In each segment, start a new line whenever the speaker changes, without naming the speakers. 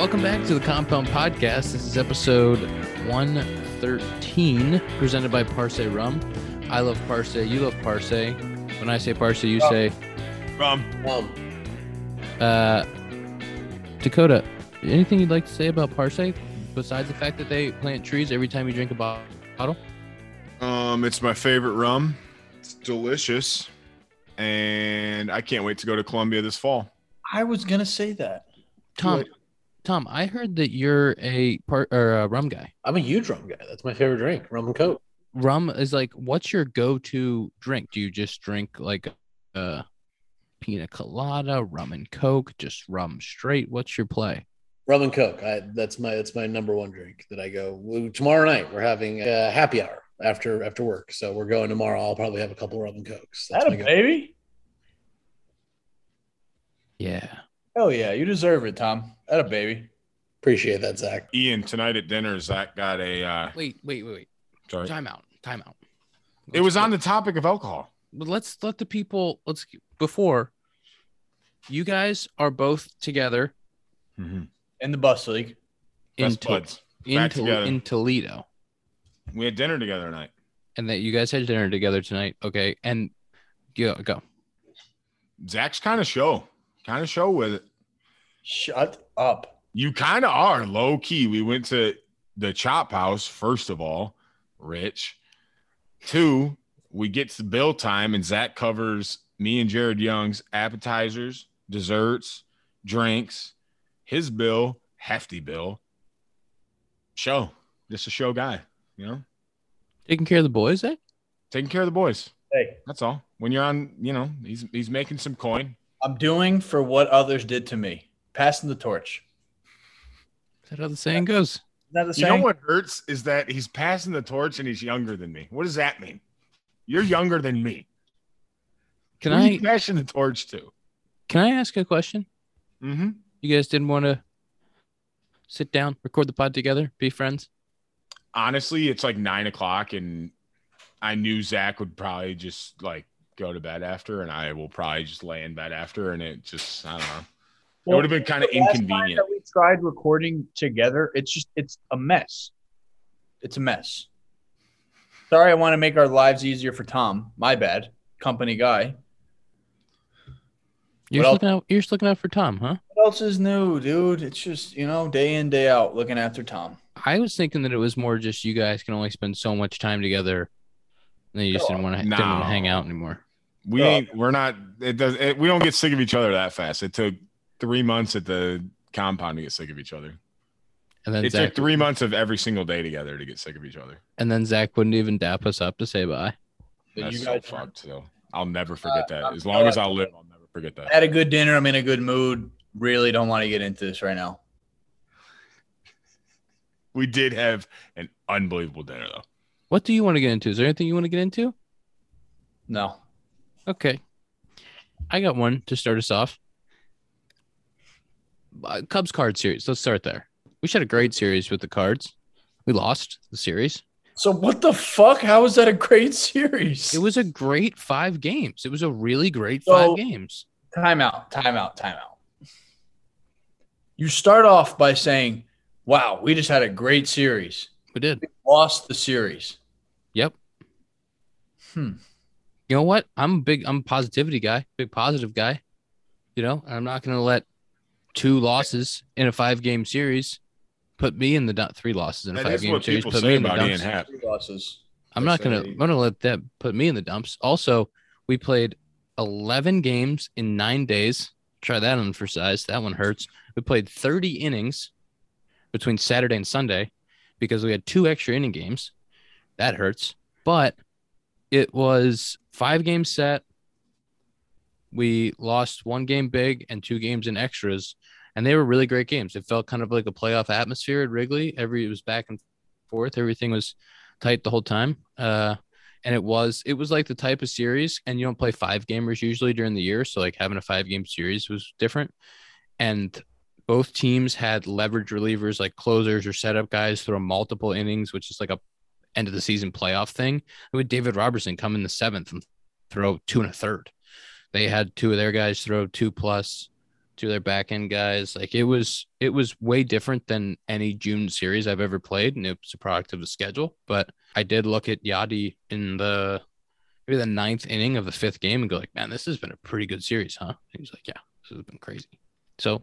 Welcome back to the Compound Podcast. This is episode 113, presented by Parse Rum. I love Parse. You love Parse. When I say Parse, you say
Rum.
uh, Dakota. Anything you'd like to say about Parse besides the fact that they plant trees every time you drink a bo- bottle?
Um, it's my favorite rum. It's delicious, and I can't wait to go to Columbia this fall.
I was gonna say that.
Tom, Tom, I heard that you're a part or a rum guy.
I'm a huge rum guy. That's my favorite drink, rum and coke.
Rum is like, what's your go-to drink? Do you just drink like uh pina colada, rum and coke, just rum straight? What's your play?
Rum and coke. I, that's my that's my number one drink that I go. well, Tomorrow night we're having a happy hour after after work, so we're going tomorrow. I'll probably have a couple rum and cokes. That's
That a
my go-
baby?
Yeah.
Hell yeah, you deserve it, Tom. That a baby.
Appreciate that, Zach.
Ian, tonight at dinner, Zach got a. Uh,
Wait, wait, wait, wait.
sorry,
Time out. Time out.
it was on the topic of alcohol.
But let's let the people let's before you guys are both together
In the bus league.
in,
Best
to,
buds.
in,
Back
Tol-
together.
in Toledo
We had dinner together tonight.
and that you guys had dinner together tonight. Okay. And yeah, go.
Zach's kind of show, kind of show with it.
Shut up.
You kind of are low key. We went to the Chop House first of all, Rich. Two, we get to bill time, and Zach covers me and Jared Young's appetizers, desserts, drinks, his bill, hefty bill. Show, just a show guy, you know,
Taking care of the boys, eh?
taking care of the boys.
Hey,
That's all. When you're on, you know, he's he's making some coin.
I'm doing for what others did to me. Passing the torch.
Is that how the saying goes?
Is that the
You know
same?
what hurts is that he's passing the torch and he's younger than me. What does that mean? You're younger than me.
Can
Who are you
I
passing the torch to?
can I ask a question?
Mm-hmm.
You guys didn't want to sit down, record the pod together, be friends?
Honestly, it's like nine o'clock, and I knew Zach would probably just like go to bed after, and I will probably just lay in bed after, and it just I don't know. it would have been kind of inconvenient.
we tried recording together, it's just it's a mess. It's a mess. Sorry, I want to make our lives easier for Tom. My bad. Company guy.
You're just
What else?
looking out you're just looking out for Tom, huh?
What else is new, dude? It's just, you know, day in, day out looking after Tom.
I was thinking that it was more just you guys can only spend so much time together, and then you just didn't want to didn't wanna
No.
hang out anymore.
We
Yeah.
ain't. We're not. It does. It, we don't get sick of each other that fast. It took three months at the compound to get sick of each other.
And then
It
Zach,
took three months of every single day together to get sick of each other.
and then Zach wouldn't even dap us up to say bye.
But
That's
you
so
guys
fucked. So I'll never forget that. As long
uh,
as I live, I'll never forget that.
had a good dinner. I'm in a good mood. Really don't want to get into this right now.
We did have an unbelievable dinner though.
What do you want to get into? Is there anything you want to get into?
No.
Okay, I got one to start us off. Uh, Cubs card series. Let's start there. We had a great series with the cards. We lost the series.
So what the fuck? How is that a great series?
It was a great five games. It was a really great
So-
five games.
timeout, timeout, timeout. You start off by saying, "Wow, we just had a great series.
We did.
Lost the series."
Yep.
Hmm.
you know what? I'm a big, I'm a positivity guy, big positive guy. You know, and I'm not going to let two losses in a five game series put me in the dun- three losses in a
That
five
is
game
what
series.
people
Put
say
me in the
about Ian
dumps.
Happ.
Three losses.
I'm
They
not going to,
say-
I'm going to let that put me in the dumps. Also, we played 11 games in nine days. Try that on for size. That one hurts. We We played 30 innings between Saturday and Sunday because we had two extra inning games. That hurts. But it was five game set. We lost one game big and two games in extras. And they were really great games. It felt kind of like a playoff atmosphere at Wrigley. Every it was back and forth. Everything was tight the whole time. Uh, and it was it was like the type of series and you don't play five gamers usually during the year so like having a five game series was different and both teams had leverage relievers like closers or setup guys throw multiple innings which is like a end of the season playoff thing with david robertson come in the seventh and throw two and a third they had two of their guys throw two plus two of their back end guys like it was it was way different than any june series i've ever played and it was a product of the schedule but I did look at Yadi in the maybe the ninth inning of the fifth game and go like, man, this has been a pretty good series, huh? And he was like, yeah, this has been crazy. So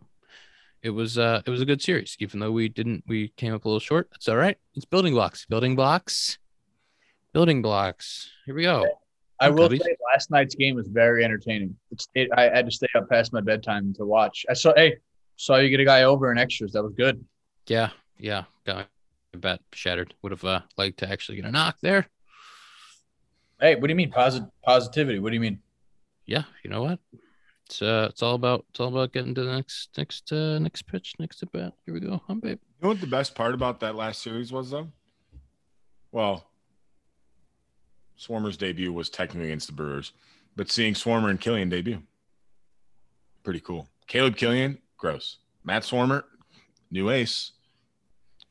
it was uh it was a good series, even though we didn't we came up a little short. That's all right. It's building blocks, building blocks, building blocks. Here we go.
I will
Cubbies.
say last night's game was very entertaining. It's it, I had to stay up past my bedtime to watch. I saw hey saw you get a guy over in extras. That was good.
Yeah, yeah. Got my bat shattered. Would have uh, liked to actually get a knock there.
Hey, what do you mean posit- positivity? What do you mean?
Yeah, you know what? It's uh it's all about it's all about getting to the next next uh next pitch, next at bat. Here we go. I'm babe.
You know what the best part about that last series was, though? Well, Swarmer's debut was technically against the Brewers, but seeing Swarmer and Killian debut, pretty cool. Caleb Killian, gross. Matt Swarmer, new ace.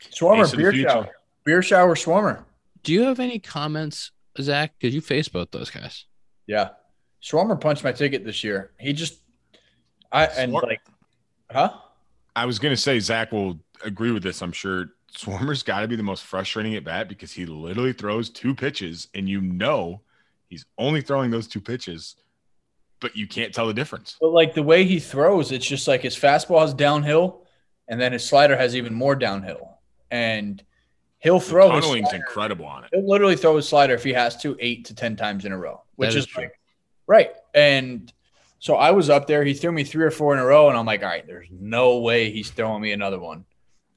Ace
Swarmer
of the
beer
future.
shower. Beer shower Swarmer.
Do you have any comments, Zach? Because you face both those guys.
Yeah. Swarmer punched my ticket this year. He just I and
Swar-
like huh?
I was going to say Zach will agree with this, I'm sure. Swarmer's got to be the most frustrating at bat because he literally throws two pitches, and you know he's only throwing those two pitches, but you can't tell the difference.
But like the way he throws, it's just like his fastball has downhill, and then his slider has even more downhill. And he'll
The
throw his
tunneling's
slider-
incredible on it.
He'll literally throw his slider if he has to eight to ten times in a row, which
That
is,
is true.
like- right. And so I was up there. He threw me three or four in a row, and I'm like, all right, there's no way he's throwing me another one.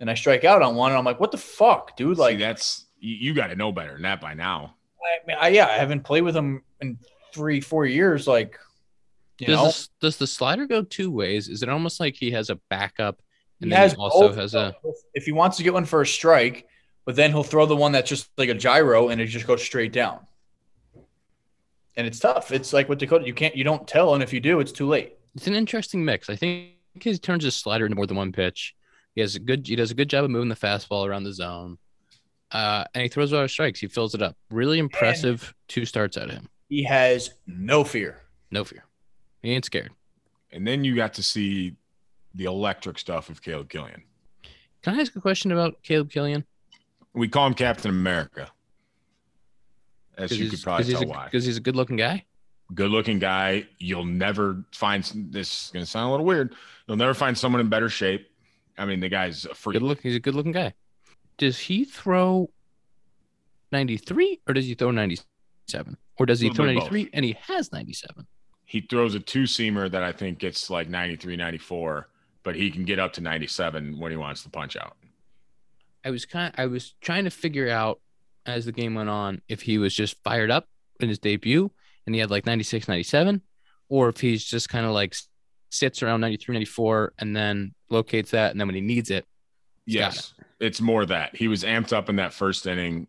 And I strike out on one, and I'm like, what the fuck, dude?
Like
Like,
that's you, you got to know better than that by now.
I, mean, I, yeah, I haven't played with him in three, four years. Like, you
does,
know,
this, does the slider go two ways? Is it almost like he has a backup and
He
then
has
he also
both,
has a?
though. If he wants to get one for a strike, but then he'll throw the one that's just like a gyro and it just goes straight down. And it's tough. It's like with Dakota, you can't, you don't tell, and if you do, it's too late.
It's an interesting mix. I think he turns his slider into more than one pitch. He has a good. He does a good job of moving the fastball around the zone, uh, and he throws a lot of strikes. He fills it up. Really impressive. two starts out of him.
He has no fear.
No fear. He ain't scared.
And then you got to see the electric stuff of Caleb Killian.
Can I ask a question about Caleb Killian?
We call him Captain America. As
'Cause
you
he's-
could probably
'cause he's
tell
a-
why.
'cause he's a good-looking guy.
Good looking guy. You'll never find this is gonna sound a little weird. You'll never find someone in better shape. I mean, the guy's a freak.
Good look. He's a good looking guy. Does he throw 93 or does he throw 97? Or does he
Little
throw
bit of
93
both.
and he has 97?
He throws a two seamer that I think gets like 93, 94, but he can get up to 97 when he wants to punch out.
I was kind I was trying to figure out as the game went on if he was just fired up in his debut and he had like 96, 97 or if he's just kind of like sits around 93, 94 and then locates that and then when he needs it. He's got
Yes, it's more that he was amped up in that first inning,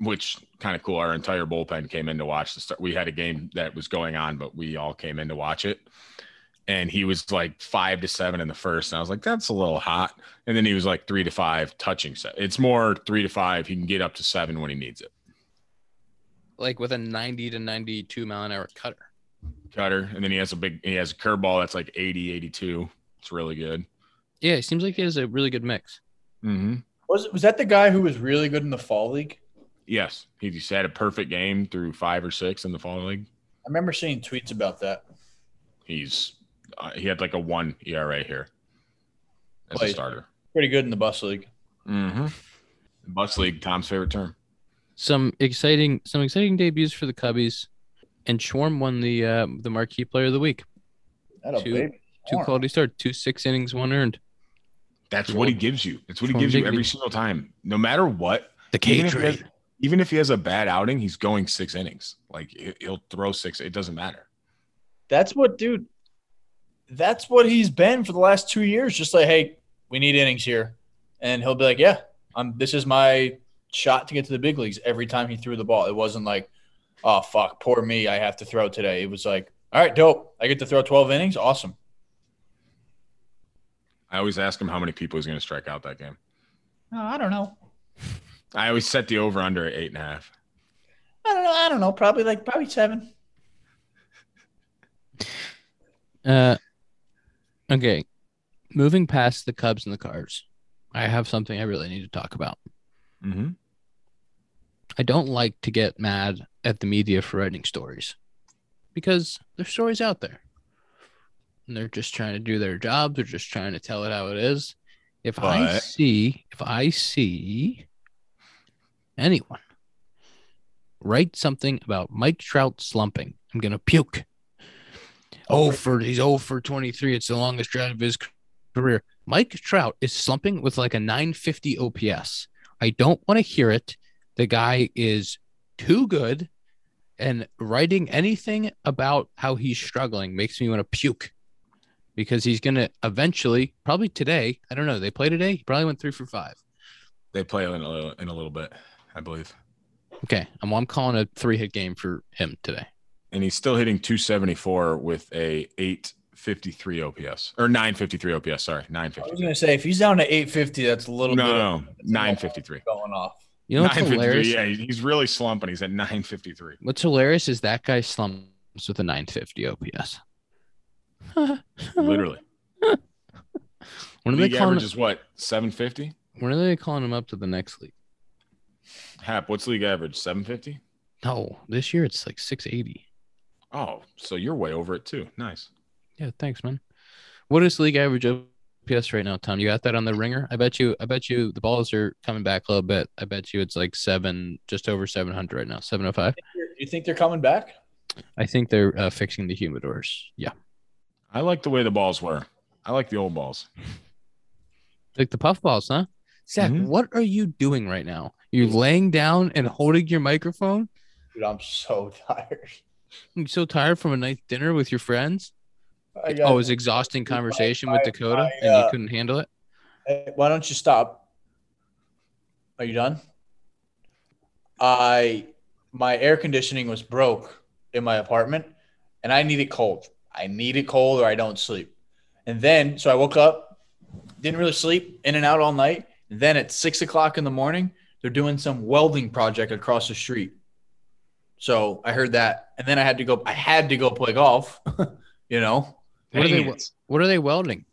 which kind of cool. Our entire bullpen came in to watch the start. We had a game that was going on, but we all came in to watch it. And he was like five to seven in the first, and I was like, "That's a little hot." And then he was like three to five touching set. It's more three to five. He can get up to seven when he needs it.
Like with a 90 to 92 mile an hour cutter.
Cutter, and then he has a big. He has a curveball that's like 80, 82. It's really good.
Yeah, it seems like he has a really good mix.
Mm-hmm.
Was was that the guy who was really good in the fall league?
Yes, he just had a perfect game through five or six in the fall league.
I remember seeing tweets about that.
He's uh, he had like a one ERA here as
Play.
a starter.
Pretty good in the bus league.
Mm-hmm. Bus league, Tom's favorite term.
some exciting some exciting debuts for the Cubbies, and Schwarm won the uh, the marquee player of the week.
That a
Two-
baby.
Two
Warren.
quality starts, two six innings, one earned.
That's what he gives you. That's what he
Twelve
gives you every
diggity.
single time, no matter what.
The
Even
K
if he has-
trade.
Even if he has a bad outing, he's going six innings. Like he- he'll throw six. It doesn't matter.
That's what, dude. That's what he's been for the last two years. Just like, hey, we need innings here, and he'll be like, yeah, I'm. This is my shot to get to the big leagues. Every time he threw the ball, it wasn't like, oh fuck, poor me, I have to throw today. It was like, all right, dope, I get to throw 12 innings, awesome.
I always ask him how many people he's going to strike out that game.
No, Oh, I don't know.
I always set the over under at eight and a half.
I don't know. I don't know. Probably like probably seven.
Uh, okay. Moving past the Cubs and the Cards, I have something I really need to talk about.
Mm-hmm.
I don't like to get mad at the media for writing stories because there's stories out there. And they're just trying to do their job. They're just trying to tell it how it is. If I
But-
see, if I see anyone write something about Mike Trout slumping, I'm gonna puke. Oh, for he's 0 for 23. It's the longest drought of his career. Mike Trout is slumping with like a 950 OPS. I don't want to hear it. The guy is too good, and writing anything about how he's struggling makes me want to puke because he's going to eventually, probably today. I don't know. They play today. He probably went three for five.
They play in a little in a little bit, I believe.
Okay. I'm, I'm calling a three hit game for him today.
and he's still hitting 274 with a 853 OPS or 953 OPS. Sorry,
I was
953.
gonna say if he's down to 850, that's a
No,
little bit
no, no,
a lot.
953.
going off.
You know what's
953.
hilarious?
Yeah, he's really slumping. He's at 953.
What's hilarious is that guy slumps with a 950 OPS.
Literally,
When are they
league
calling?
average is what 750.
when are they calling him up to the next league?
Hap, what's league average? 750.
No, this year it's like 680.
Oh, so you're way over it too. Nice.
Yeah, thanks, man. What is league average OPS right now, Tom? You got that on the ringer? I bet you. I bet you the balls are coming back a little bit. I bet you it's like seven, just over 700 right now, 705.
You think they're coming back?
I think they're uh, fixing the humidors. Yeah,
I like the way the balls were. I like the old balls.
like the puff balls, huh? Zach,
Mm-hmm.
Mhm.
what are you doing right now? You're laying down and holding your microphone.
Dude, I'm so tired.
You're so tired from a nice dinner with your friends.
I
oh, it
got-
was exhausting
my-
conversation
my-
with Dakota,
my,
and you
uh,
couldn't handle it.
Hey, why don't you stop? Are you done? I my air conditioning was broke in my apartment and I need it cold. I need it cold or I don't sleep. And then so I woke up, didn't really sleep, in and out all night. And then at six o'clock in the morning, they're doing some welding project across the street. So I heard that. And then I had to go I had to go play golf, you know.
What are
Dang
they-
it.
What are they welding?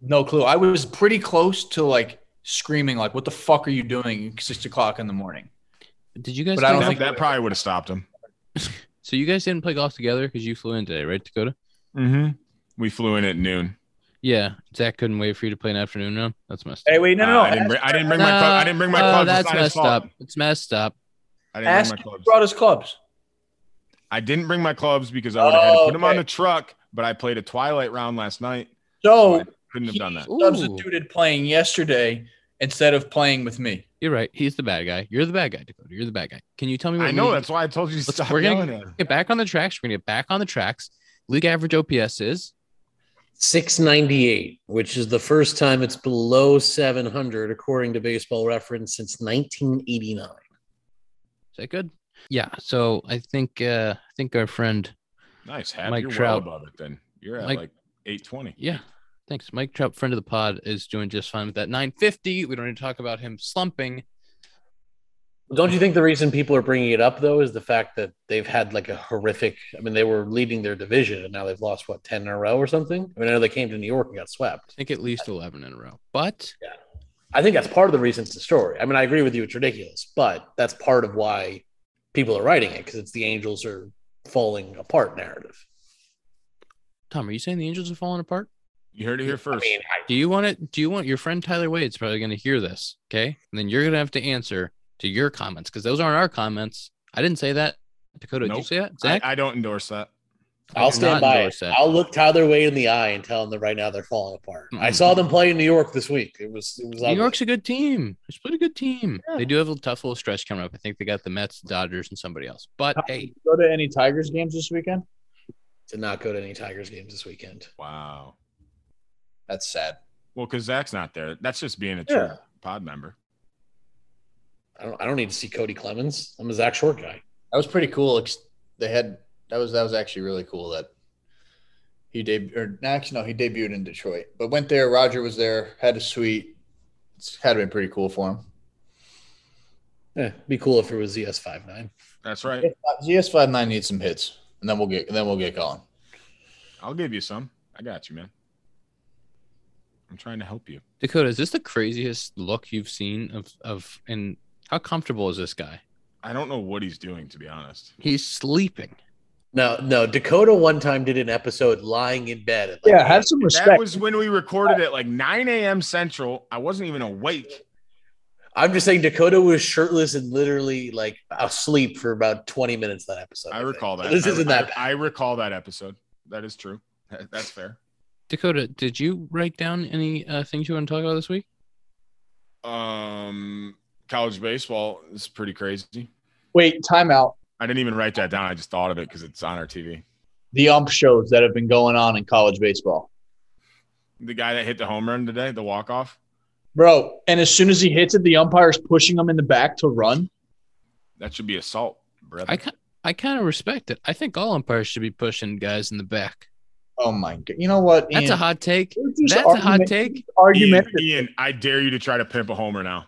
No clue. I was pretty close to like screaming, like, "What the fuck are you doing?" at Six o'clock in the morning.
Did you guys?
But I
do
don't
that,
that-
think-
that probably would have stopped him.
So you guys didn't play golf together because you flew in today, right, Dakota?
Mm-hmm. We flew in at noon.
Yeah, Zach couldn't wait for you to play an afternoon round. That's messed.
Hey, wait, no,
Uh,
no, no.
I didn't. Bring, I didn't bring my. Club, I didn't bring my
No,
clubs. It's
Oh, that's
not his
messed
fault.
up. It's messed up.
I didn't
Ask
bring my
him who
clubs.
brought his clubs.
I didn't bring my clubs because I would have had to
Oh,
put them on
okay.
the truck, but I played a twilight round last night. so
So
I couldn't have
he
done that.
Ooh.
substituted playing yesterday instead of playing with me.
You're right. He's the bad guy. You're the bad guy, Dakota. You're the bad guy. Can you tell me? What
I know
league-
that's why I told you to
Let's-
stop
we're gonna-
yelling at him.
Get back on the tracks. We're gonna get back on the tracks. League average OPS is
698, which is the first time it's below 700, according to baseball reference, since 1989.
is that good? Yeah. So I think uh I think our friend.
Nice, Hap.
Mike
You're
Trout.
well above it. Then you're at
Mike-
like 820.
Yeah. Thanks, Mike Trout, friend of the pod, is doing just fine with that 950. We don't need to talk about him slumping.
Don't you think the reason people are bringing it up though is the fact that they've had like a horrific? I mean, they were leading their division, and now they've lost what ten in a row or something. I mean, I know they came to New York and got
I
swept.
think at least 11 in a row. But
I think that's part of the reason it's a story. I mean, I agree with you; it's ridiculous, but that's part of why people are writing it because it's the Angels are falling apart narrative.
Tom, are you saying the Angels are falling apart?
You heard it here
I
first.
mean, I,
Do you want it? Do you want your friend Tyler Wade's probably going to hear this? Okay. And then you're going to have to answer to your comments because those aren't our comments. I didn't say that. Dakota, did you
Nope.
say that?
I-
Zach?
I, don't endorse that.
I'll
You're not
stand by it.
endorsed that.
I'll look Tyler Wade in the eye and tell him that right now they're falling apart. I
Mm.
saw them play in New York this week. It was it was
New
ugly.
York's a good team. It's a good team.
Yeah.
They do have a tough little stretch coming up. I think they got the Mets, Dodgers, and somebody else. But hey,
Go to any Tigers games this weekend?
did not go to any Tigers games this weekend.
Wow.
That's sad.
Well, because Zach's not there. That's just being a true
Yeah.
pod member.
I don't I don't need to see Cody Clemens. I'm a Zach Short guy.
That was pretty cool. Ex- They had that was that was actually really cool that he debuted or no, actually no, he debuted in Detroit, but went there. Roger was there, had a suite. It's had been pretty cool for him.
Eh, be cool if it was ZS five nine.
That's right.
GS five nine needs some hits, and then we'll get and then we'll get going.
I'll give you some. I got you, man. I'm trying to help you.
Dakota, is this the craziest look you've seen of of and how comfortable is this guy?
I don't know what he's doing, to be honest.
He's sleeping.
No, no. Dakota one time did an episode lying in bed. At like
some
That was when we recorded at like 9 a.m. Central. I wasn't even awake.
I'm just saying Dakota was shirtless and literally like asleep for about 20 minutes that episode.
I
think.
recall that.
This
I-
isn't
I-
that bad.
I recall that episode. That is true. That- That's fair.
Dakota, did you write down any uh, things you want to talk about this week?
Um, college baseball is pretty crazy.
Wait, timeout.
I didn't even write that down. I just thought of it because it's on our TV.
The ump shows that have been going on in college baseball,
The guy that hit the home run today, the walk off,
bro. And as soon as he hits it, the umpire's pushing him in the back to run.
that should be assault, brother.
I ki- I kind of respect it. I think all umpires should be pushing guys in the back.
Oh my god! You know what?
That's a
Ian?
hot take.
We're just
That's a hot
argument-
take.
Ian,
Argument.
Ian, I dare you to try to pimp a homer now.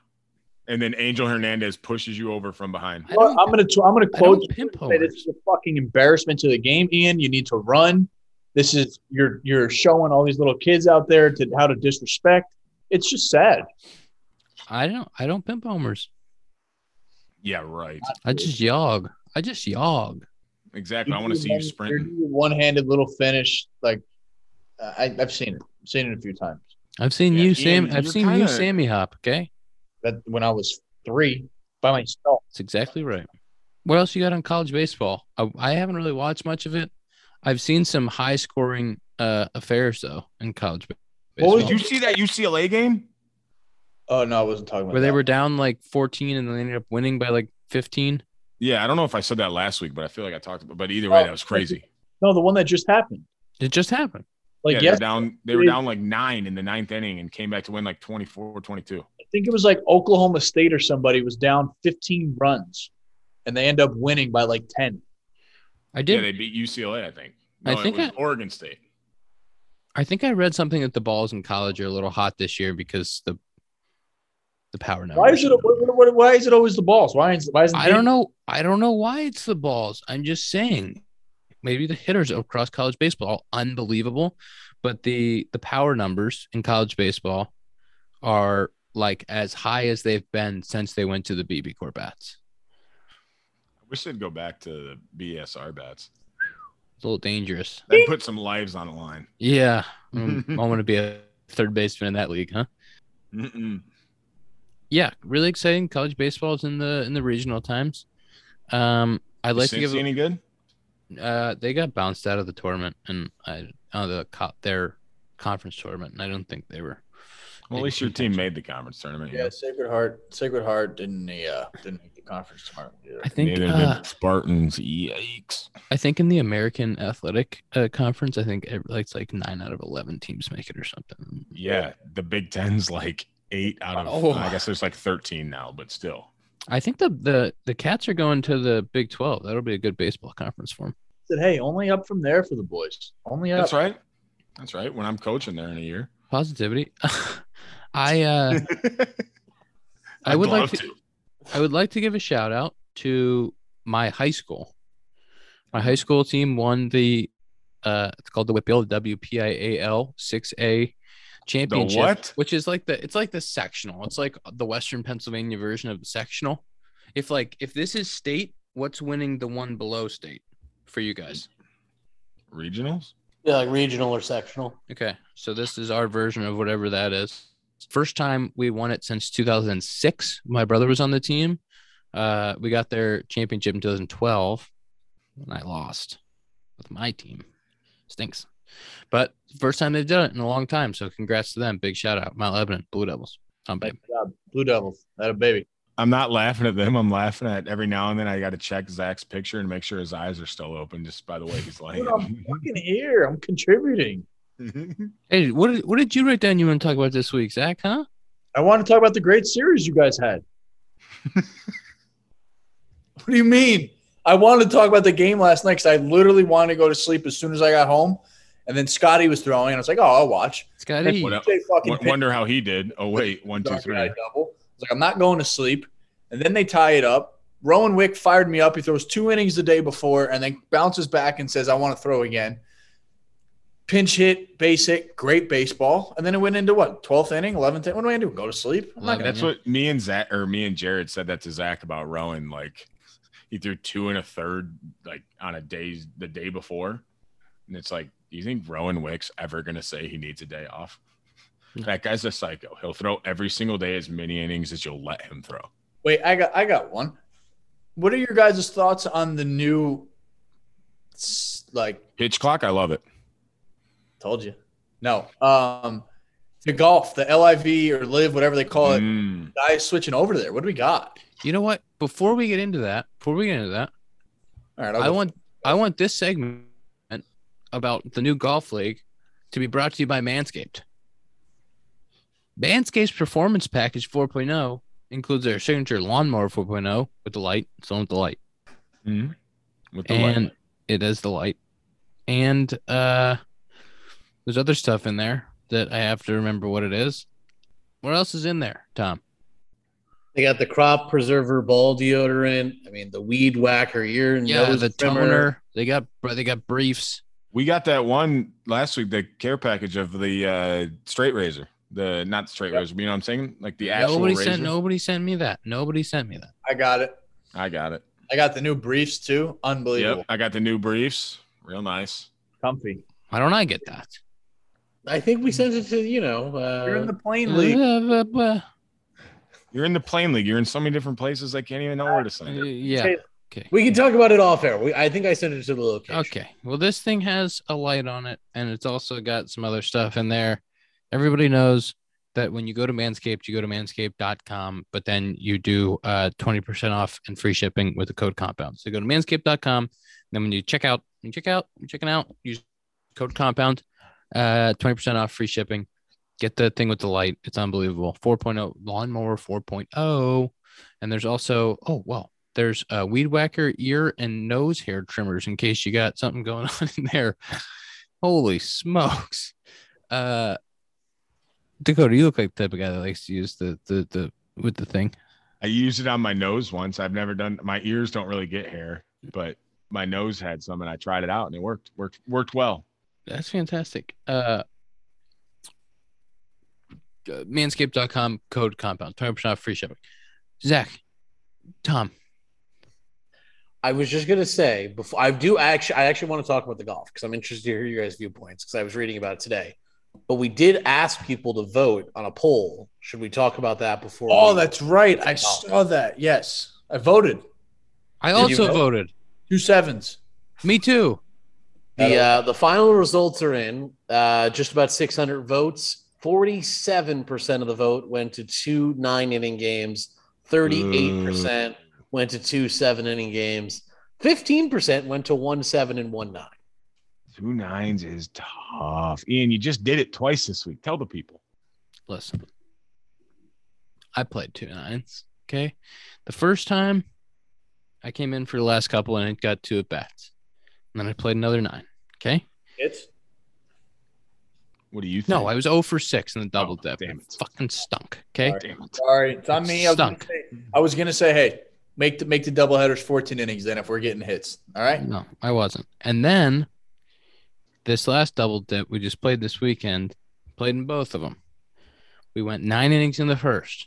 And then Angel Hernandez pushes you over from behind.
I
Well,
don't,
I'm gonna tw- I'm gonna
I
quote
don't pimp
that
homers.
it's a fucking embarrassment to the game, Ian. You need to run. This is you're you're showing all these little kids out there to how to disrespect. It's just sad.
I don't. I don't pimp homers.
Yeah, right.
I just yog. I just yog.
Exactly. I want to see you sprinting.
One handed little finish, like I, I've seen it, seen it a few times.
I've seen
Yeah,
you,
Ian,
Sam. I've
you're
seen you,
kinda-
Sammy Hop. Okay,
That when I was three by myself.
that's exactly right. What else you got on college baseball? I, I haven't really watched much of it. I've seen some high scoring uh, affairs though in college ba-
What
baseball,
was
Did you see that UCLA game?
Oh no, I wasn't talking about
where they
that.
were down like 14 and then they ended up winning by like 15.
Yeah, I don't know if I said that last week, but I feel like I talked about. But
Oh,
either way, that was crazy.
No, the one that just happened.
It just happened.
Like
yeah, they were
yes,
down. They were down like nine in the ninth inning and came back to win like 24 22.
I think it was like Oklahoma State or somebody was down 15 runs, and they end up winning by like 10.
I did.
Yeah, they beat UCLA, I think.
I
No,
think
it was
I-
Oregon State.
I think I read something that the balls in college are a little hot this year because the the power now.
Why is it? What, what, why is it always the balls? Why is? Why isn't?
I don't know. I don't know why it's the balls. I'm just saying, maybe the hitters across college baseball are unbelievable, but the the power numbers in college baseball are like as high as they've been since they went to the BB Corbats.
I wish they'd go back to the BSR bats.
It's a little dangerous.
That put some lives on the line.
Yeah, Mm, I want to be a third baseman in that league, huh?
Mm-mm.
Yeah, really exciting. College baseball is in the in the regional times. Um, I'd like
Is
to give
Cincy any good?
Uh, they got bounced out of the tournament and I uh, the co- their conference tournament, and I don't think they were.
Well, at
in
least your team
contention.
made the conference tournament.
Yeah, Sacred Heart. Sacred Heart didn't uh, didn't make the conference tomorrow. either.
I think
Neither
uh,
did Spartans. Yikes.
I think in the American Athletic uh, Conference, I think it, like, it's like nine out of eleven teams make it or something.
Yeah, the Big Ten's like eight out of.
Oh.
I guess there's like 13 now, but still.
I think the the the Cats are going to the Big Twelve. That'll be a good baseball conference for them.
said, hey, only up from there for the boys. Only up.
That's right. That's right. When I'm coaching there in a year,
Positivity. I uh, I would like to. I would like to give a shout out to my high school. My high school team won the uh it's called the Whipple the WPIAL 6A
The
championship,
what?
which is like the it's like the sectional. It's like the Western Pennsylvania version of the sectional. If like if this is state, what's winning the one below state for you guys?
Regionals?
Yeah, like regional or sectional.
Okay. So this is our version of whatever that is. First time we won it since 2006. My brother was on the team. Uh, we got their championship in 2012, and I lost with my team. Stinks. But first time they've done it in a long time. So congrats to them. Big shout out. Mount Lebanon, Blue Devils. Tom
Nice
Babe.
job. Blue Devils. That a baby.
I'm not laughing at them. I'm laughing at every now and then I got to check Zach's picture and make sure his eyes are still open just by the way he's
Dude, I'm
laying.
fucking here. I'm contributing.
Mm-hmm.
Hey, what did, what did you write down you want to talk about this week, Zach, huh?
I want to talk about the great series you guys had. what do you mean? I wanted to talk about the game last night because I literally wanted to go to sleep as soon as I got home. And then Scotty was throwing, and I was like, oh, I'll watch.
Scotty.
What up?
Jay fucking
Wo- Wonder how he did. Oh wait, one, two,
Dark
three.
Knight double. I was like, I'm not going to sleep. And then they tie it up. Rowan Wick fired me up. He throws two innings the day before and then bounces back and says, I want to throw again. Pinch hit, base hit, great baseball. And then it went into what? 12th inning, 11th inning? What do I do? Go to sleep? I'm
Eleven.
not gonna-
That's what me and Zach or me and Jared said that to Zach about Rowan. Like he threw two and a third like on a day's the day before. And it's like, do you think Rowan Wick's ever gonna say he needs a day off? That guy's a psycho. He'll throw every single day as many innings as you'll let him throw.
Wait, I got I got one. What are your guys' thoughts on the new s- like
Pitch clock, I love it.
told you. No. Um the golf, the LIV or live, whatever they call it.
Mm.
Guys switching over to there. What do we got?
You know what? Before we get into that, before we get into that,
All right, I'll
I
go
want I want this segment about the new golf league to be brought to you by Manscaped. Manscaped's performance package 4.0 includes their signature lawnmower 4.0 with the light, it's on with the light,
Mm. With the
and
light.
it is the light, and uh, there's other stuff in there that I have to remember what it is. What else is in there, Tom?
They got the crop preserver ball deodorant. I mean, the weed whacker ear and
Yeah,
nose
the
trimmer.
toner. They got they got briefs.
We got that one last week, the care package of the uh straight razor. The not straight razor, but you know what I'm saying? Like the actual
Nobody
razor.
sent nobody sent me that. Nobody sent me that.
I got it.
I got it.
I got the new briefs too. Unbelievable.
Yep. I got the new briefs. Real nice.
Comfy.
Why don't I get that?
I think we sent it to you know. Uh,
You're in the plane league.
Uh, uh,
You're in the plane league. You're in so many different places. I can't even know where to
uh,
sign.
yeah.
Hey.
Okay.
we can talk about it off air. We, I think I sent it to the location.
Okay. Well, this thing has a light on it, and it's also got some other stuff in there. Everybody knows that when you go to Manscaped, you go to manscaped.com, but then you do uh, 20% off and free shipping with the code compound. So go to manscaped.com. Then when you check out, when you check out, when you're checking out, use code compound, uh, 20% off free shipping. Get the thing with the light. It's unbelievable. 4.0 lawnmower 4.0. And there's also, oh, well, there's a weed whacker ear and nose hair trimmers in case you got something going on in there. Holy smokes. Uh Dakota, you look like the type of guy that likes to use the the the with the thing.
I used it on my nose once. I've never done my ears don't really get hair, but my nose had some and I tried it out and it worked. Worked worked well.
That's fantastic. Uh uh, manscaped.com code compound 20% off free shipping zach tom
I was just gonna say before I do actually I actually want to talk about the golf because I'm interested to hear your guys' viewpoints because I was reading about it today. But we did ask people to vote on a poll. Should we talk about that before?
Oh,
we-
that's right. I saw that. Yes. I voted.
i
Did you
also
vote?
voted
Two sevens.
me too
the uh, the final results are in. Uh, just about 600 votes. 47 percent of the vote went to two nine inning games. 38 percent
Mm.
went to two seven inning games. 15 percent went to one seven and one nine.
Two nines is tough. Ian, you just did it twice this week. Tell the people.
listen, I played two nines. Okay. The first time I came in for the last couple and it got two at bats. And then I played another nine. Okay.
It's
What do you think?
No, I was 0 for 6 in the double
Oh,
dip.
damn
It
it.
fucking stunk. Okay.
Damn it.
sorry. It's on me. I was, gonna
Stunk.
say, I was gonna say, hey, make the make the double headers 14 innings then if we're getting hits. All right.
No, I wasn't. And then this last double dip we just played this weekend, played in both of them. We went nine innings in the first.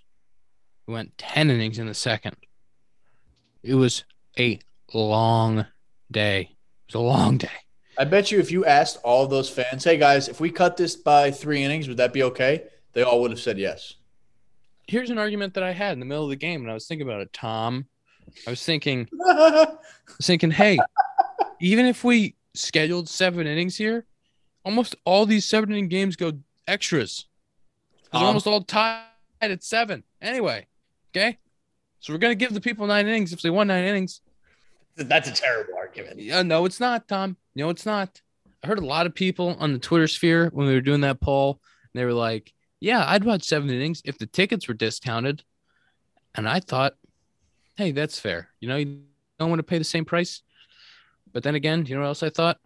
We went 10 innings in the second. It was a long day. It was a long day.
I bet you if you asked all those fans, hey guys, if we cut this by three innings, would that be okay? They all would have said yes.
Here's an argument that I had in the middle of the game, and I was thinking about it, Tom. I was thinking, I was thinking, hey, even if we scheduled seven innings here, almost all these seven inning games go extras. They're
Um,
almost all tied at seven. Anyway, okay. So we're gonna give the people nine innings if they won nine innings.
That's a terrible argument.
Yeah, no, it's not, Tom. No, it's not. I heard a lot of people on the Twitter sphere when we were doing that poll, and they were like, "Yeah, I'd watch seven innings if the tickets were discounted," and I thought, "Hey, that's fair. You know, you don't want to pay the same price." But then again, you know what else I thought?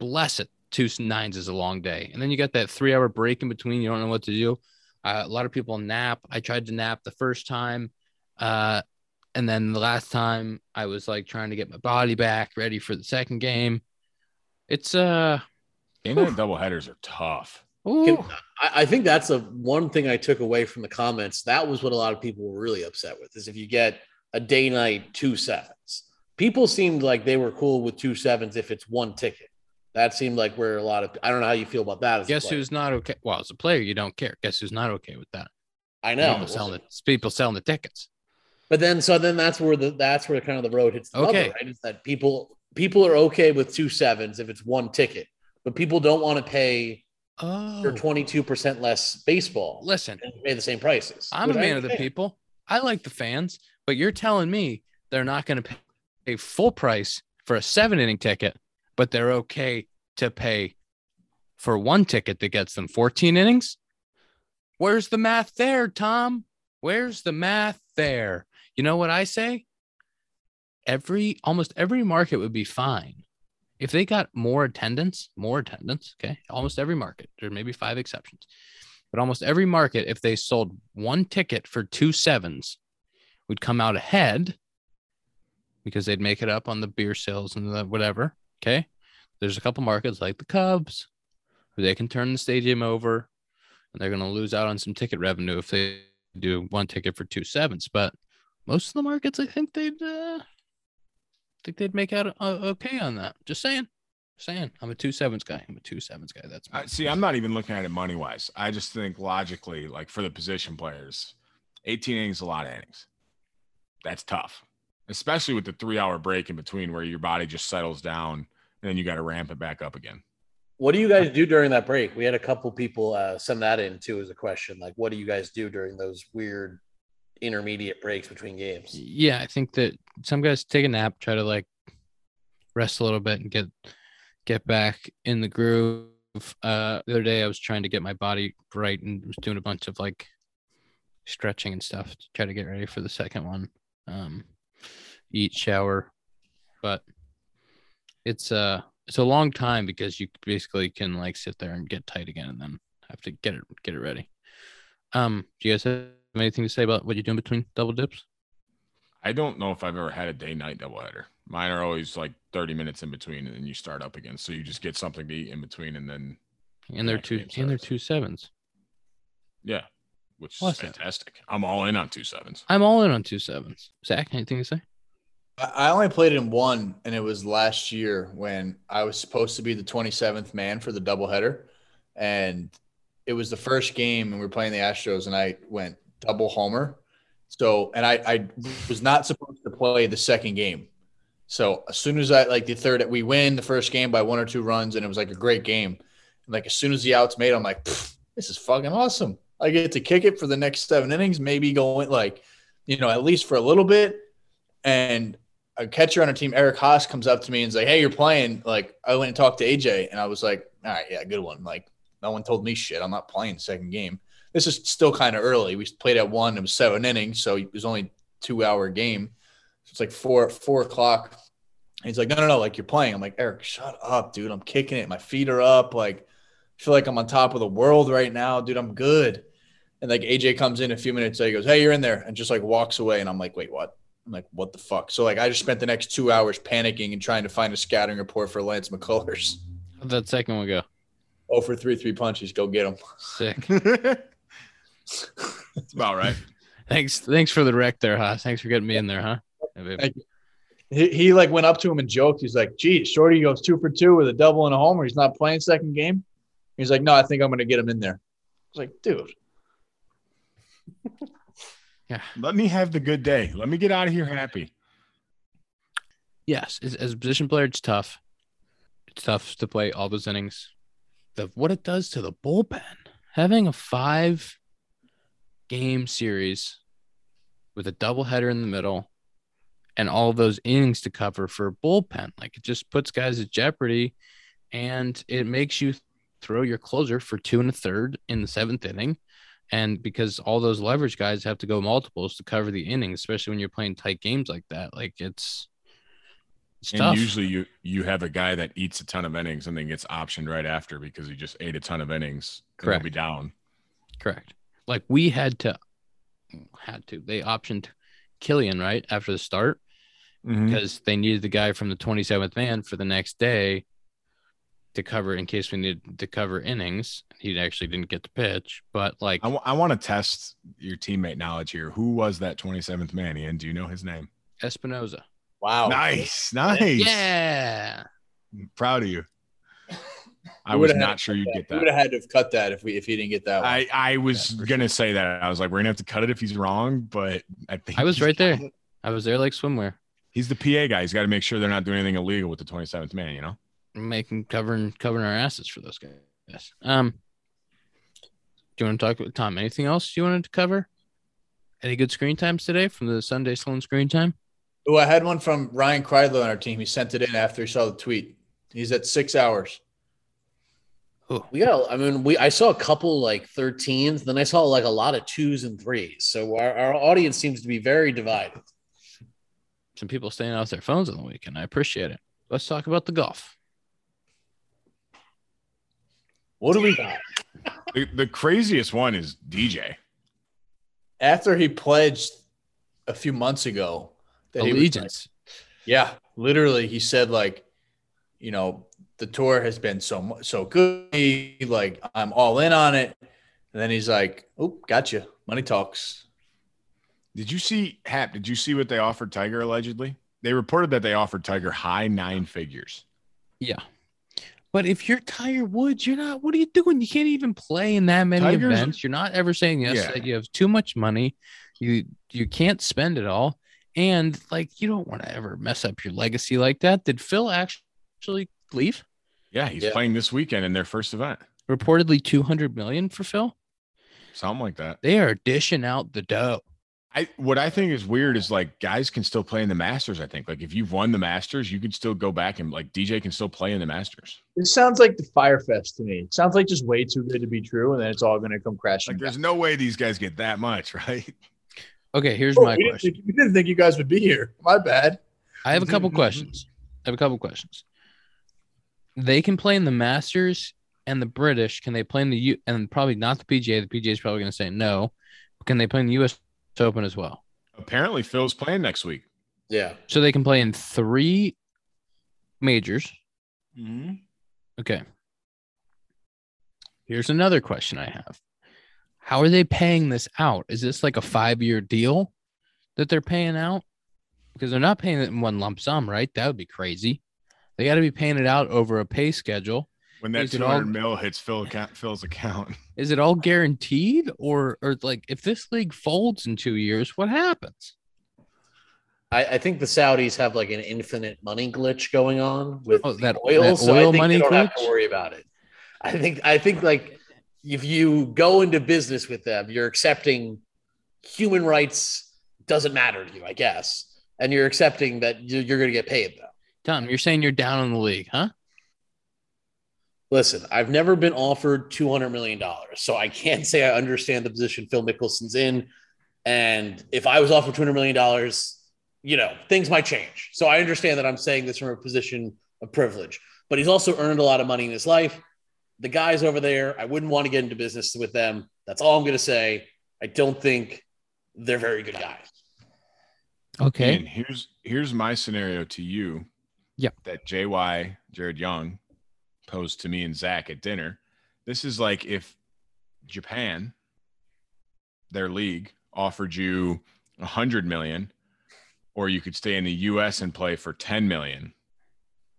Bless it, two nines is a long day, and then you got that three-hour break in between. You don't know what to do. Uh, a lot of people nap. I tried to nap the first time. Uh, and then the last time I was like trying to get my body back ready for the second game. It's uh
Game night double headers are tough.
ooh,
I, I think that's a one thing I took away from the comments. That was what a lot of people were really upset with is if you get a day night two sevens. People seemed like they were cool with two sevens if it's one ticket. That seemed like where a lot of I don't know how you feel about that. As a
guess
player.
who's not okay? Well, as a player, you don't care. Guess who's not okay with that?
I know.
people selling the people selling the tickets.
But then, so then that's where the that's where kind of the road hits the
Okay.
okay. right? Is that people people are okay with two sevens if it's one ticket, but people don't want to pay
Oh,
for twenty two percent less baseball
listen,
and pay the same prices.
I'm a
which I
man of the
understand.
people. I like the fans, but you're telling me they're not going to pay full price for a seven inning ticket, but they're okay to pay for one ticket that gets them 14 innings? Where's the math there, Tom? Where's the math there? You know what I say? Every almost every market would be fine if they got more attendance, more attendance, okay, almost every market, there may be five exceptions, but almost every market, if they sold one ticket for two sevens, would come out ahead because they'd make it up on the beer sales and the whatever. Okay. There's a couple markets like the Cubs who they can turn the stadium over and they're going to lose out on some ticket revenue if they do one ticket for two sevens. But most of the markets, I think they'd, uh, think they'd make out uh, okay on that. Just saying, saying. I'm a two sevens guy. I'm a two sevens guy. That's my
I, see, I'm not even looking at it money wise. I just think logically, like for the position players, 18 innings is a lot of innings. That's tough, especially with the three hour break in between where your body just settles down and then you got to ramp it back up again.
What do you guys do during that break? We had a couple people uh, send that in too as a question. Like, what do you guys do during those weird intermediate breaks between games?
Yeah, I think that some guys take a nap, try to like rest a little bit and get get back in the groove. Uh, the other day, I was trying to get my body right and was doing a bunch of like stretching and stuff to try to get ready for the second one. Um, eat, shower, but it's uh it's a long time because you basically can like sit there and get tight again and then have to get it get it ready. Um, do you guys have anything to say about what you're doing between double dips?
I don't know if I've ever had a day night doubleheader. Mine are always like 30 minutes in between and then you start up again. So you just get something to eat in between and then,
And they're
Next
two
game
and they're
starts.
two sevens.
yeah, which is
Plus that.
fantastic. I'm all in on two sevens.
I'm all in on two sevens. Zach, anything to say?
I I only played in one, and it was last year when I was supposed to be the 27th man for the doubleheader. And it was the first game, and we were playing the Astros, and I went double homer. So, and I, I was not supposed to play the second game. So, as soon as I like the third, we win the first game by one or two runs, and it was like a great game. And like, as soon as the out's made, I'm like, "Pfft, this is fucking awesome. I get to kick it for the next seven innings, maybe going like, you know, at least for a little bit. And a catcher on our team, Eric Haas, comes up to me and is like, "Hey, you're playing." Like, I went and talked to AJ, and I was like, "All right, yeah, good one." Like, no one told me shit. I'm not playing the second game. This is still kind of early. We played at one. It was seven innings, so it was only two hour game. So it's like four four o'clock. And he's like, "No, no, no! Like you're playing." I'm like, "Eric, shut up, dude. I'm kicking it. My feet are up. Like, I feel like I'm on top of the world right now, dude. I'm good." And like AJ comes in a few minutes later, he goes, "Hey, you're in there," and just like walks away. And I'm like, "Wait, what?" I'm like, what the fuck? So like, I just spent the next two hours panicking and trying to find a scouting report for Lance McCullers.
How'd that second one go?
Oh, for three, three punches. Go get him.
Sick.
It's about right.
thanks, thanks for the wreck there, Haas. Thanks for getting me in there, huh? Yeah, babe.
Thank He, he like went up to him and joked. He's like, "Gee, Shorty goes two for two with a double and a homer. He's not playing second game." He's like, "No, I think I'm gonna get him in there." I was like, "Dude,
Let me have the good day. Let me get out of here happy.
Yes, as, as a position player, it's tough. It's tough to play all those innings. the what it does to the bullpen. Having a five game series with a doubleheader in the middle and all those innings to cover for a bullpen, like it just puts guys at jeopardy and it makes you throw your closer for two and a third in the seventh inning. And because all those leverage guys have to go multiples to cover the inning, especially when you're playing tight games like that, like it's, it's
And
tough.
usually you you have a guy that eats a ton of innings and then gets optioned right after because he just ate a ton of innings. and he'll Be
Correct.
down.
Correct. Like we had to, had to. They optioned Killian right after the start
Mm-hmm.
Mm-hmm.
because they needed the guy from the 27th man for the next day to cover in case we needed to cover innings. He actually didn't get the pitch, but like
I, w- I want to test your teammate knowledge here. Who was that 27th man, Ian? Do you know his name?
Espinoza.
Wow.
Nice. Nice.
Oh, Yeah.
Proud of you. I
We
was
would've had
not sure you'd get
We would
that.
have had to have cut that if we if he didn't get that one.
I, I was
Yeah, for
gonna say that. I was like, we're gonna have to cut it if he's wrong, but I think
I was
he's
right there.
got it.
I was there like swimwear,
He's the PA guy. He's got to make sure they're not doing anything illegal with the 27th man. You know,
making covering covering our asses for those guys. Yes. Um. Do you want to talk about Tom? Anything else you wanted to cover? Any good screen times today from the Sunday Sloan screen time?
Oh, I had one from Ryan Kreidler on our team. He sent it in after he saw the tweet. He's at six hours.
We got. I mean, we. I saw a couple like 13s. Then I saw like a lot of twos and threes. So our, our audience seems to be very divided.
some people staying off their phones on the weekend. I appreciate it. Let's talk about the golf.
What do we got?
the, the craziest one is DJ.
After he pledged a few months ago that he was
Allegiance.
like- yeah, literally, he said like, you know, the tour has been so mu- so good. Like I'm all in on it. And then he's like, "Oh, gotcha. Money talks."
Did you see Hap? Did you see what they offered Tiger allegedly? They reported that they offered Tiger high nine figures.
Yeah. But if you're Tiger Woods, you're not. What are you doing? You can't even play in that many
Tiger's-
events. You're not ever saying yes.
Yeah.
That you have too much money. You you can't spend it all, and like you don't want to ever mess up your legacy like that. Did Phil actually leave?
Yeah, he's
Yeah.
playing this weekend in their first event,
Reportedly two hundred million for Phil.
something like that.
They are dishing out the dough.
I what I think is weird is like guys can still play in the Masters. I think like if you've won the Masters, you can still go back and like DJ can still play in the Masters.
It sounds like the Firefest to me. It sounds like just way too good to be true, and then it's all going to come crashing.
Like there's no way these guys get that much, right?
Okay, here's
Oh,
my
we,
question.
didn't think, we didn't think you guys would be here. My bad.
I have a couple
Mm-hmm,
Mhm.
questions. I have a couple questions. They can play in the Masters and the British. Can they play in the U and probably not the PGA? The PGA is probably going to say no. Can they play in the U.S. Open as well?
Apparently Phil's playing next week.
Yeah.
So they can play in three majors. Mm-hmm. Okay. Here's another question I have. How are they paying this out? Is this like a five year deal that they're paying out? Because they're not paying it in one lump sum, right? That would be crazy. They got to be paying it out over a pay schedule.
When that
Is it all-
200 mil hits Phil account, Phil's account,
Is it all guaranteed or or like if this league folds in two years, what happens?
I, I think the Saudis have like an infinite money glitch going on with
Oh, that
oil,
that
so I
oil
think
money
you don't have
glitch?
to worry about it. I think I think like if you go into business with them, you're accepting human rights doesn't matter to you, I guess, and you're accepting that you- you're going to get paid though.
Tom, you're saying you're down in the league, huh?
Listen, I've never been offered two hundred million dollars, so I can't say I understand the position Phil Mickelson's in. And if I was offered two hundred million dollars, you know, things might change. So I understand that I'm saying this from a position of privilege. But he's also earned a lot of money in his life. The guys over there, I wouldn't want to get into business with them. That's all I'm going to say. I don't think they're very good guys.
Okay.
and here's here's my scenario to you.
Yeah.
That JY Jared Young posed to me and Zach at dinner. This is like if Japan, their league, offered you a hundred million, or you could stay in the US and play for 10 million.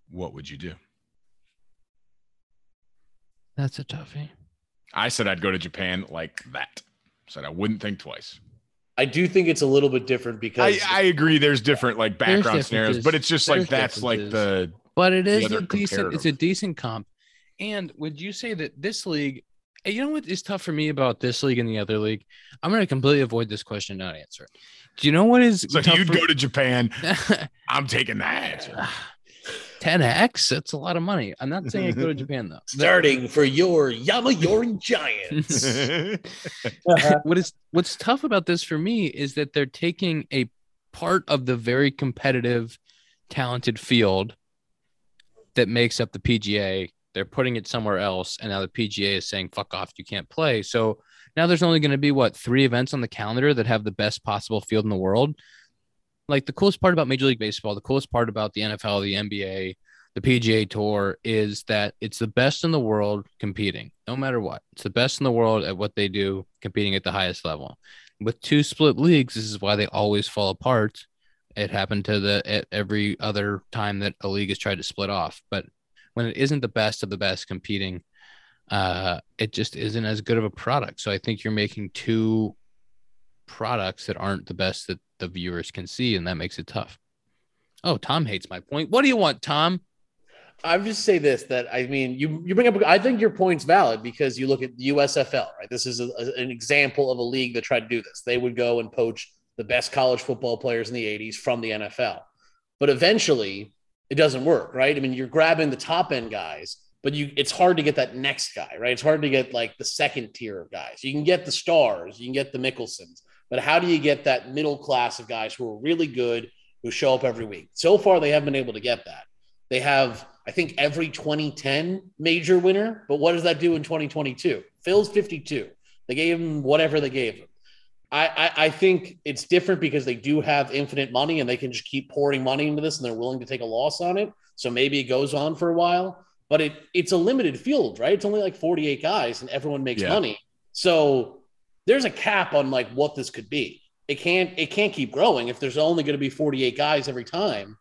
What would you do?
That's a toughie.
I said I'd go to Japan like that. Said I wouldn't think twice.
I do think it's a little bit different because
I, I agree. There's different like background scenarios,
differences.
but it's just like
There's
that's like the
But it is
other
a decent. It's a
comparative.
decent comp, And would you say that this league, and you know what is tough for me about this league and the other league? I'm going to completely avoid this question and not answer it. Do you know what is
So
tough
you'd
for-
go to Japan. I'm taking that answer.
10x? That's a lot of money. I'm not saying I go to Japan though.
Starting for your Yamayoran Giants.
what is what's tough about this for me is that they're taking a part of the very competitive, talented field that makes up the PGA. They're putting it somewhere else, and now the PGA is saying, "Fuck off, you can't play." So now there's only going to be what three events on the calendar that have the best possible field in the world. Like the coolest part about Major League Baseball, the coolest part about the NFL, the NBA, the PGA Tour is that it's the best in the world competing, no matter what. It's the best in the world at what they do, competing at the highest level. With two split leagues, this is why they always fall apart. It happened to the at every other time that a league has tried to split off, but when it isn't the best of the best competing, uh, it just isn't as good of a product. So I think you're making two products that aren't the best that the viewers can see, and that makes it tough. Oh, Tom hates my point. What do you want, Tom?
I'm just say this that I mean you you bring up I think your point's valid because you look at the USFL right this is a, a- an example of a league that tried to do this they would go and poach the best college football players in the 80s from the NFL but eventually it doesn't work right I mean you're grabbing the top end guys but you it's hard to get that next guy right it's hard to get like the second tier of guys you can get the stars you can get the Mickelsons but how do you get that middle class of guys who are really good who show up every week so far they haven't been able to get that they have, I think, every 2010 major winner. But what does that do in 2022? Phil's 52. They gave him whatever they gave him. I, I, I think it's different because they do have infinite money and they can just keep pouring money into this and they're willing to take a loss on it. So maybe it goes on for a while, but it it's a limited field, right? It's only like 48 guys and everyone makes
Yeah.
money. So there's a cap on like what this could be. It can't it can't keep growing if there's only going to be 48 guys every time.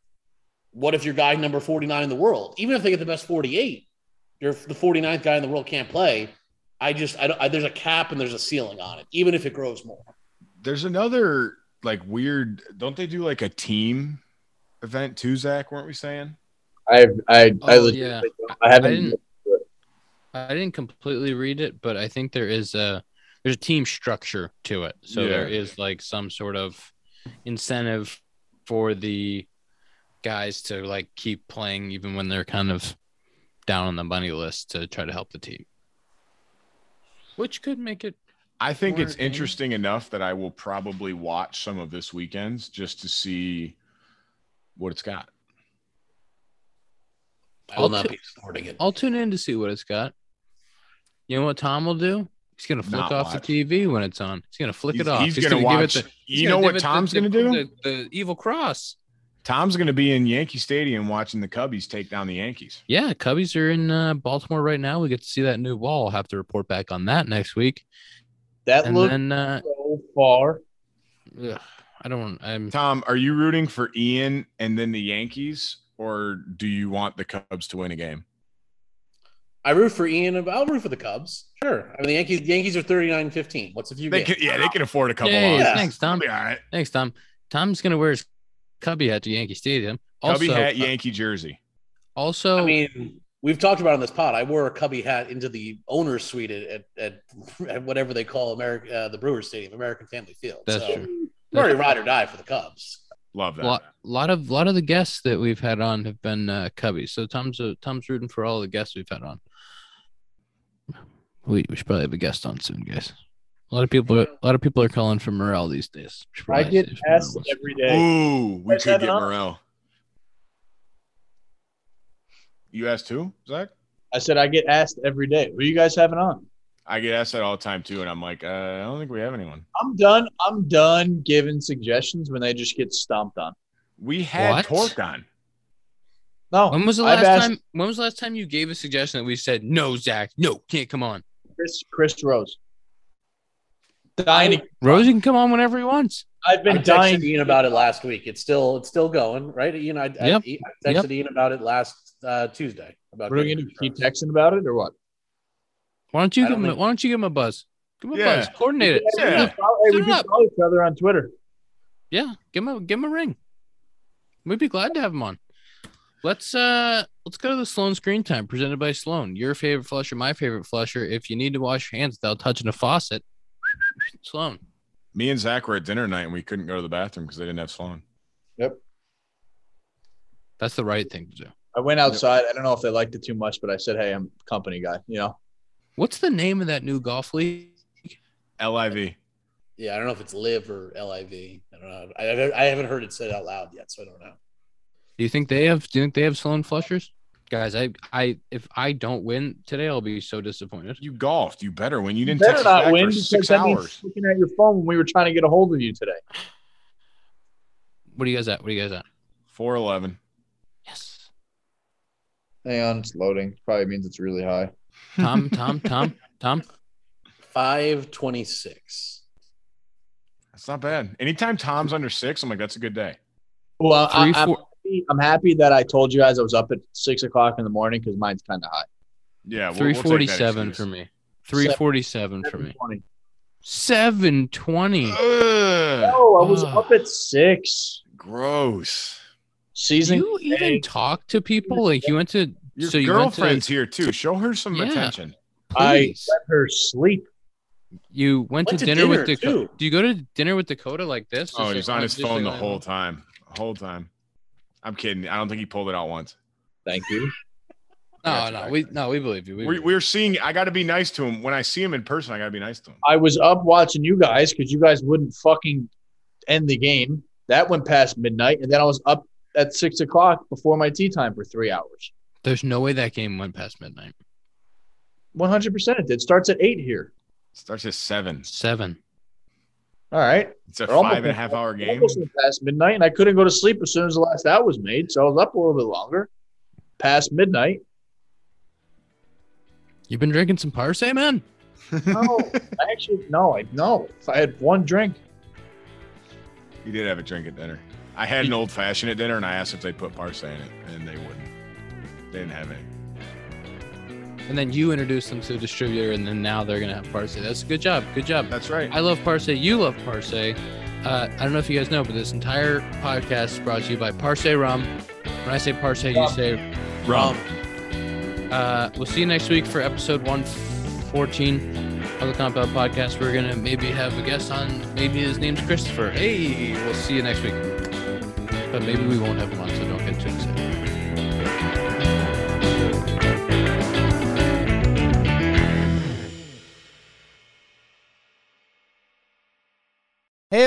What if your guy number 49 in the world? Even if they get the best 48, you're the 49th guy in the world can't play. I just I don't I, there's a cap and there's a ceiling on it, even if it grows more.
There's another like weird. Don't they do like a team event too, Zach? Weren't we saying?
I I I,
Oh,
legit,
yeah.
I
I
haven't.
didn't. I didn't completely read it, but I think there is a there's a team structure to it. So there
Yeah.
is like some sort of incentive for the guys to like keep playing even when they're kind of down on the money list to try to help the team. Which could make it
I think
Or
it's
a game.
interesting enough that I will probably watch some of this weekend's just to see what it's got.
I will
I'll
not
t-
be supporting it.
I'll tune in to see what it's got. You know what Tom will do? He's gonna flick
Not
off
watch.
the TV when it's on. He's gonna flick
He's-
it off.
He's, gonna, watch.
give it the, he's
you
gonna
know
give
what
it the-
Tom's
the-
gonna do?
The, the evil cross.
Tom's gonna be in Yankee Stadium watching the Cubbies take down the Yankees.
Yeah, Cubbies are in uh, Baltimore right now. We get to see that new wall. I'll have to report back on that next week.
That
And
looked
then uh,
so far.
ugh, I don't. I'm.
Tom, are you rooting for Ian and then the Yankees, or do you want the Cubs to win a game?
I root for Ian. and I'll root for the Cubs. Sure. I mean, the Yankees. Yankees are 39-15. What's a few
They
games?
can, yeah, they can afford a couple.
Hey,
losses.
thanks, Tom.
They'll be all right.
Thanks, Tom. Tom's gonna wear his Cubby hat to Yankee Stadium. Also,
Cubby hat,
uh,
Yankee jersey.
also,
I mean, we've talked about it on this pod. I wore a Cubby hat into the owner's suite at at, at, at whatever they call America, uh, the Brewers Stadium, American Family Field.
That's
so,
true.
I'm already ride or die for the Cubs.
Love that.
lot, lot of lot of the guests that we've had on have been uh, Cubbies. So Tom's uh, Tom's rooting for all the guests we've had on. We, we should probably have a guest on soon, guys. A lot of people, are, a lot of people are calling for morale these days. Should
I
probably
get
see if Morel
asked
wants-
every day.
Ooh, we
Is
could
that
get
an op-
Morel. You asked who, Zach?
I said I get asked every day. Who you guys having on?
I get asked that all the time too, and I'm like, uh, I don't think we have anyone.
I'm done. I'm done giving suggestions when they just get stomped on.
We had
What?
Torque on.
No.
When was the
I've
last
asked-
time? When was the last time you gave a suggestion that we said no, Zach, no, can't come on.
Chris Chris Rose. Dying. to-
Rosen can come on whenever he wants.
I've been
I
dying.
texted Ian about it last week. It's still it's still going, right? Ian, I, I-
Yep.
I, texted Ian about it last uh, Tuesday. About
What are we
getting
gonna do? Keep
insurance.
texting about it or what?
Why don't you
I
give
don't
him? a
think-
Why don't you give him a buzz? Give him a
Yeah.
buzz. Coordinate it. Set it
Yeah.
We
up.
can follow- hey, we
Set it
can
up.
follow each other on Twitter.
Yeah, give him a give him a ring. We'd be glad to have him on. Let's uh Let's go to the Sloan Screen Time presented by Sloan. Your favorite flusher, my favorite flusher. If you need to wash your hands without touching a faucet, Sloan.
Me and Zach were at dinner night and we couldn't go to the bathroom because they didn't have Sloan.
That's the right thing to do.
I went outside. I don't know if they liked it too much, but I said, "Hey, I'm a company guy." You know,
What's the name of that new golf league?
LIV.
Yeah, I don't know if it's live or liv. I don't know. I, I- I haven't heard it said out loud yet, so I don't know.
Do you think they have? Do you think they have Sloan flushers? Guys, I, I, if I don't win today, I'll be so disappointed.
You golfed. You better win. You didn't
better
text
not
Zach
win
for
because
six
that means-
hours.
looking at your phone when we were trying to get a hold of you today.
What are you guys at? What are you guys at?
Four eleven.
Yes.
Hang on, it's loading. Probably means it's really high.
Tom, Tom, Tom, Tom.
526.
That's not bad. Anytime Tom's under six, I'm like, that's a good day.
Well, I,
Three,
I'm,
four-
happy, I'm happy that I told you guys I was up at six o'clock in the morning because mine's kind of high.
Yeah, we'll- we'll take that
347 for
excuse.
me. 347 for me.
7:20.
720.
Ugh,
No, I was
Ah.
up at six.
gross.
Season.
you even talk to people like you went to
Your
so you
girlfriend's here too. Show her some
Yeah.
attention.
went to
I
please.
let her sleep.
you went, to,
Went to
dinner, with
dinner,
Dakota.
too.
Do you go to dinner with Dakota like this?
Oh,
Just
he was
like-
on his
just
phone the
like-
whole time. The whole time. I'm kidding. I don't think he pulled it out once.
Thank you.
No, no, we no, we believe you. We
We,
believe
we're seeing. I got to be nice to him. When I see him in person, I got to be nice to him.
I was up watching you guys because you guys wouldn't fucking end the game. That went past midnight, and then I was up at six o'clock before my tea time for three hours.
you. There's no way that game went past midnight.
One hundred percent, it did. Starts at eight here.
Starts at seven.
Seven.
All right,
It's a
They're almost
five and a half hour
It
game.
almost went past midnight, and I couldn't go to sleep as soon as the last out was made, so I was up a little bit longer, past midnight.
You've been drinking some parse, man.
No, I actually no, I no. If I had one drink,
You did have a drink at dinner. I had an old fashioned at dinner, and I asked if they put parse in it, and they wouldn't. They didn't have any.
And then you introduced them to a distributor, and then now they're gonna have parse. That's a good job. Good job.
That's right.
I love Parse. You love Parse. Uh, I don't know if you guys know, but this entire podcast is brought to you by Parse Rum. When I say Parse, you
Rum.
say
Rum.
Uh, we'll see you next week for episode 114 of the Compound Podcast. We're going to maybe have a guest on. Maybe his name's Christopher. Hey, we'll see you next week. But maybe we won't have one, so don't get too excited.
Hey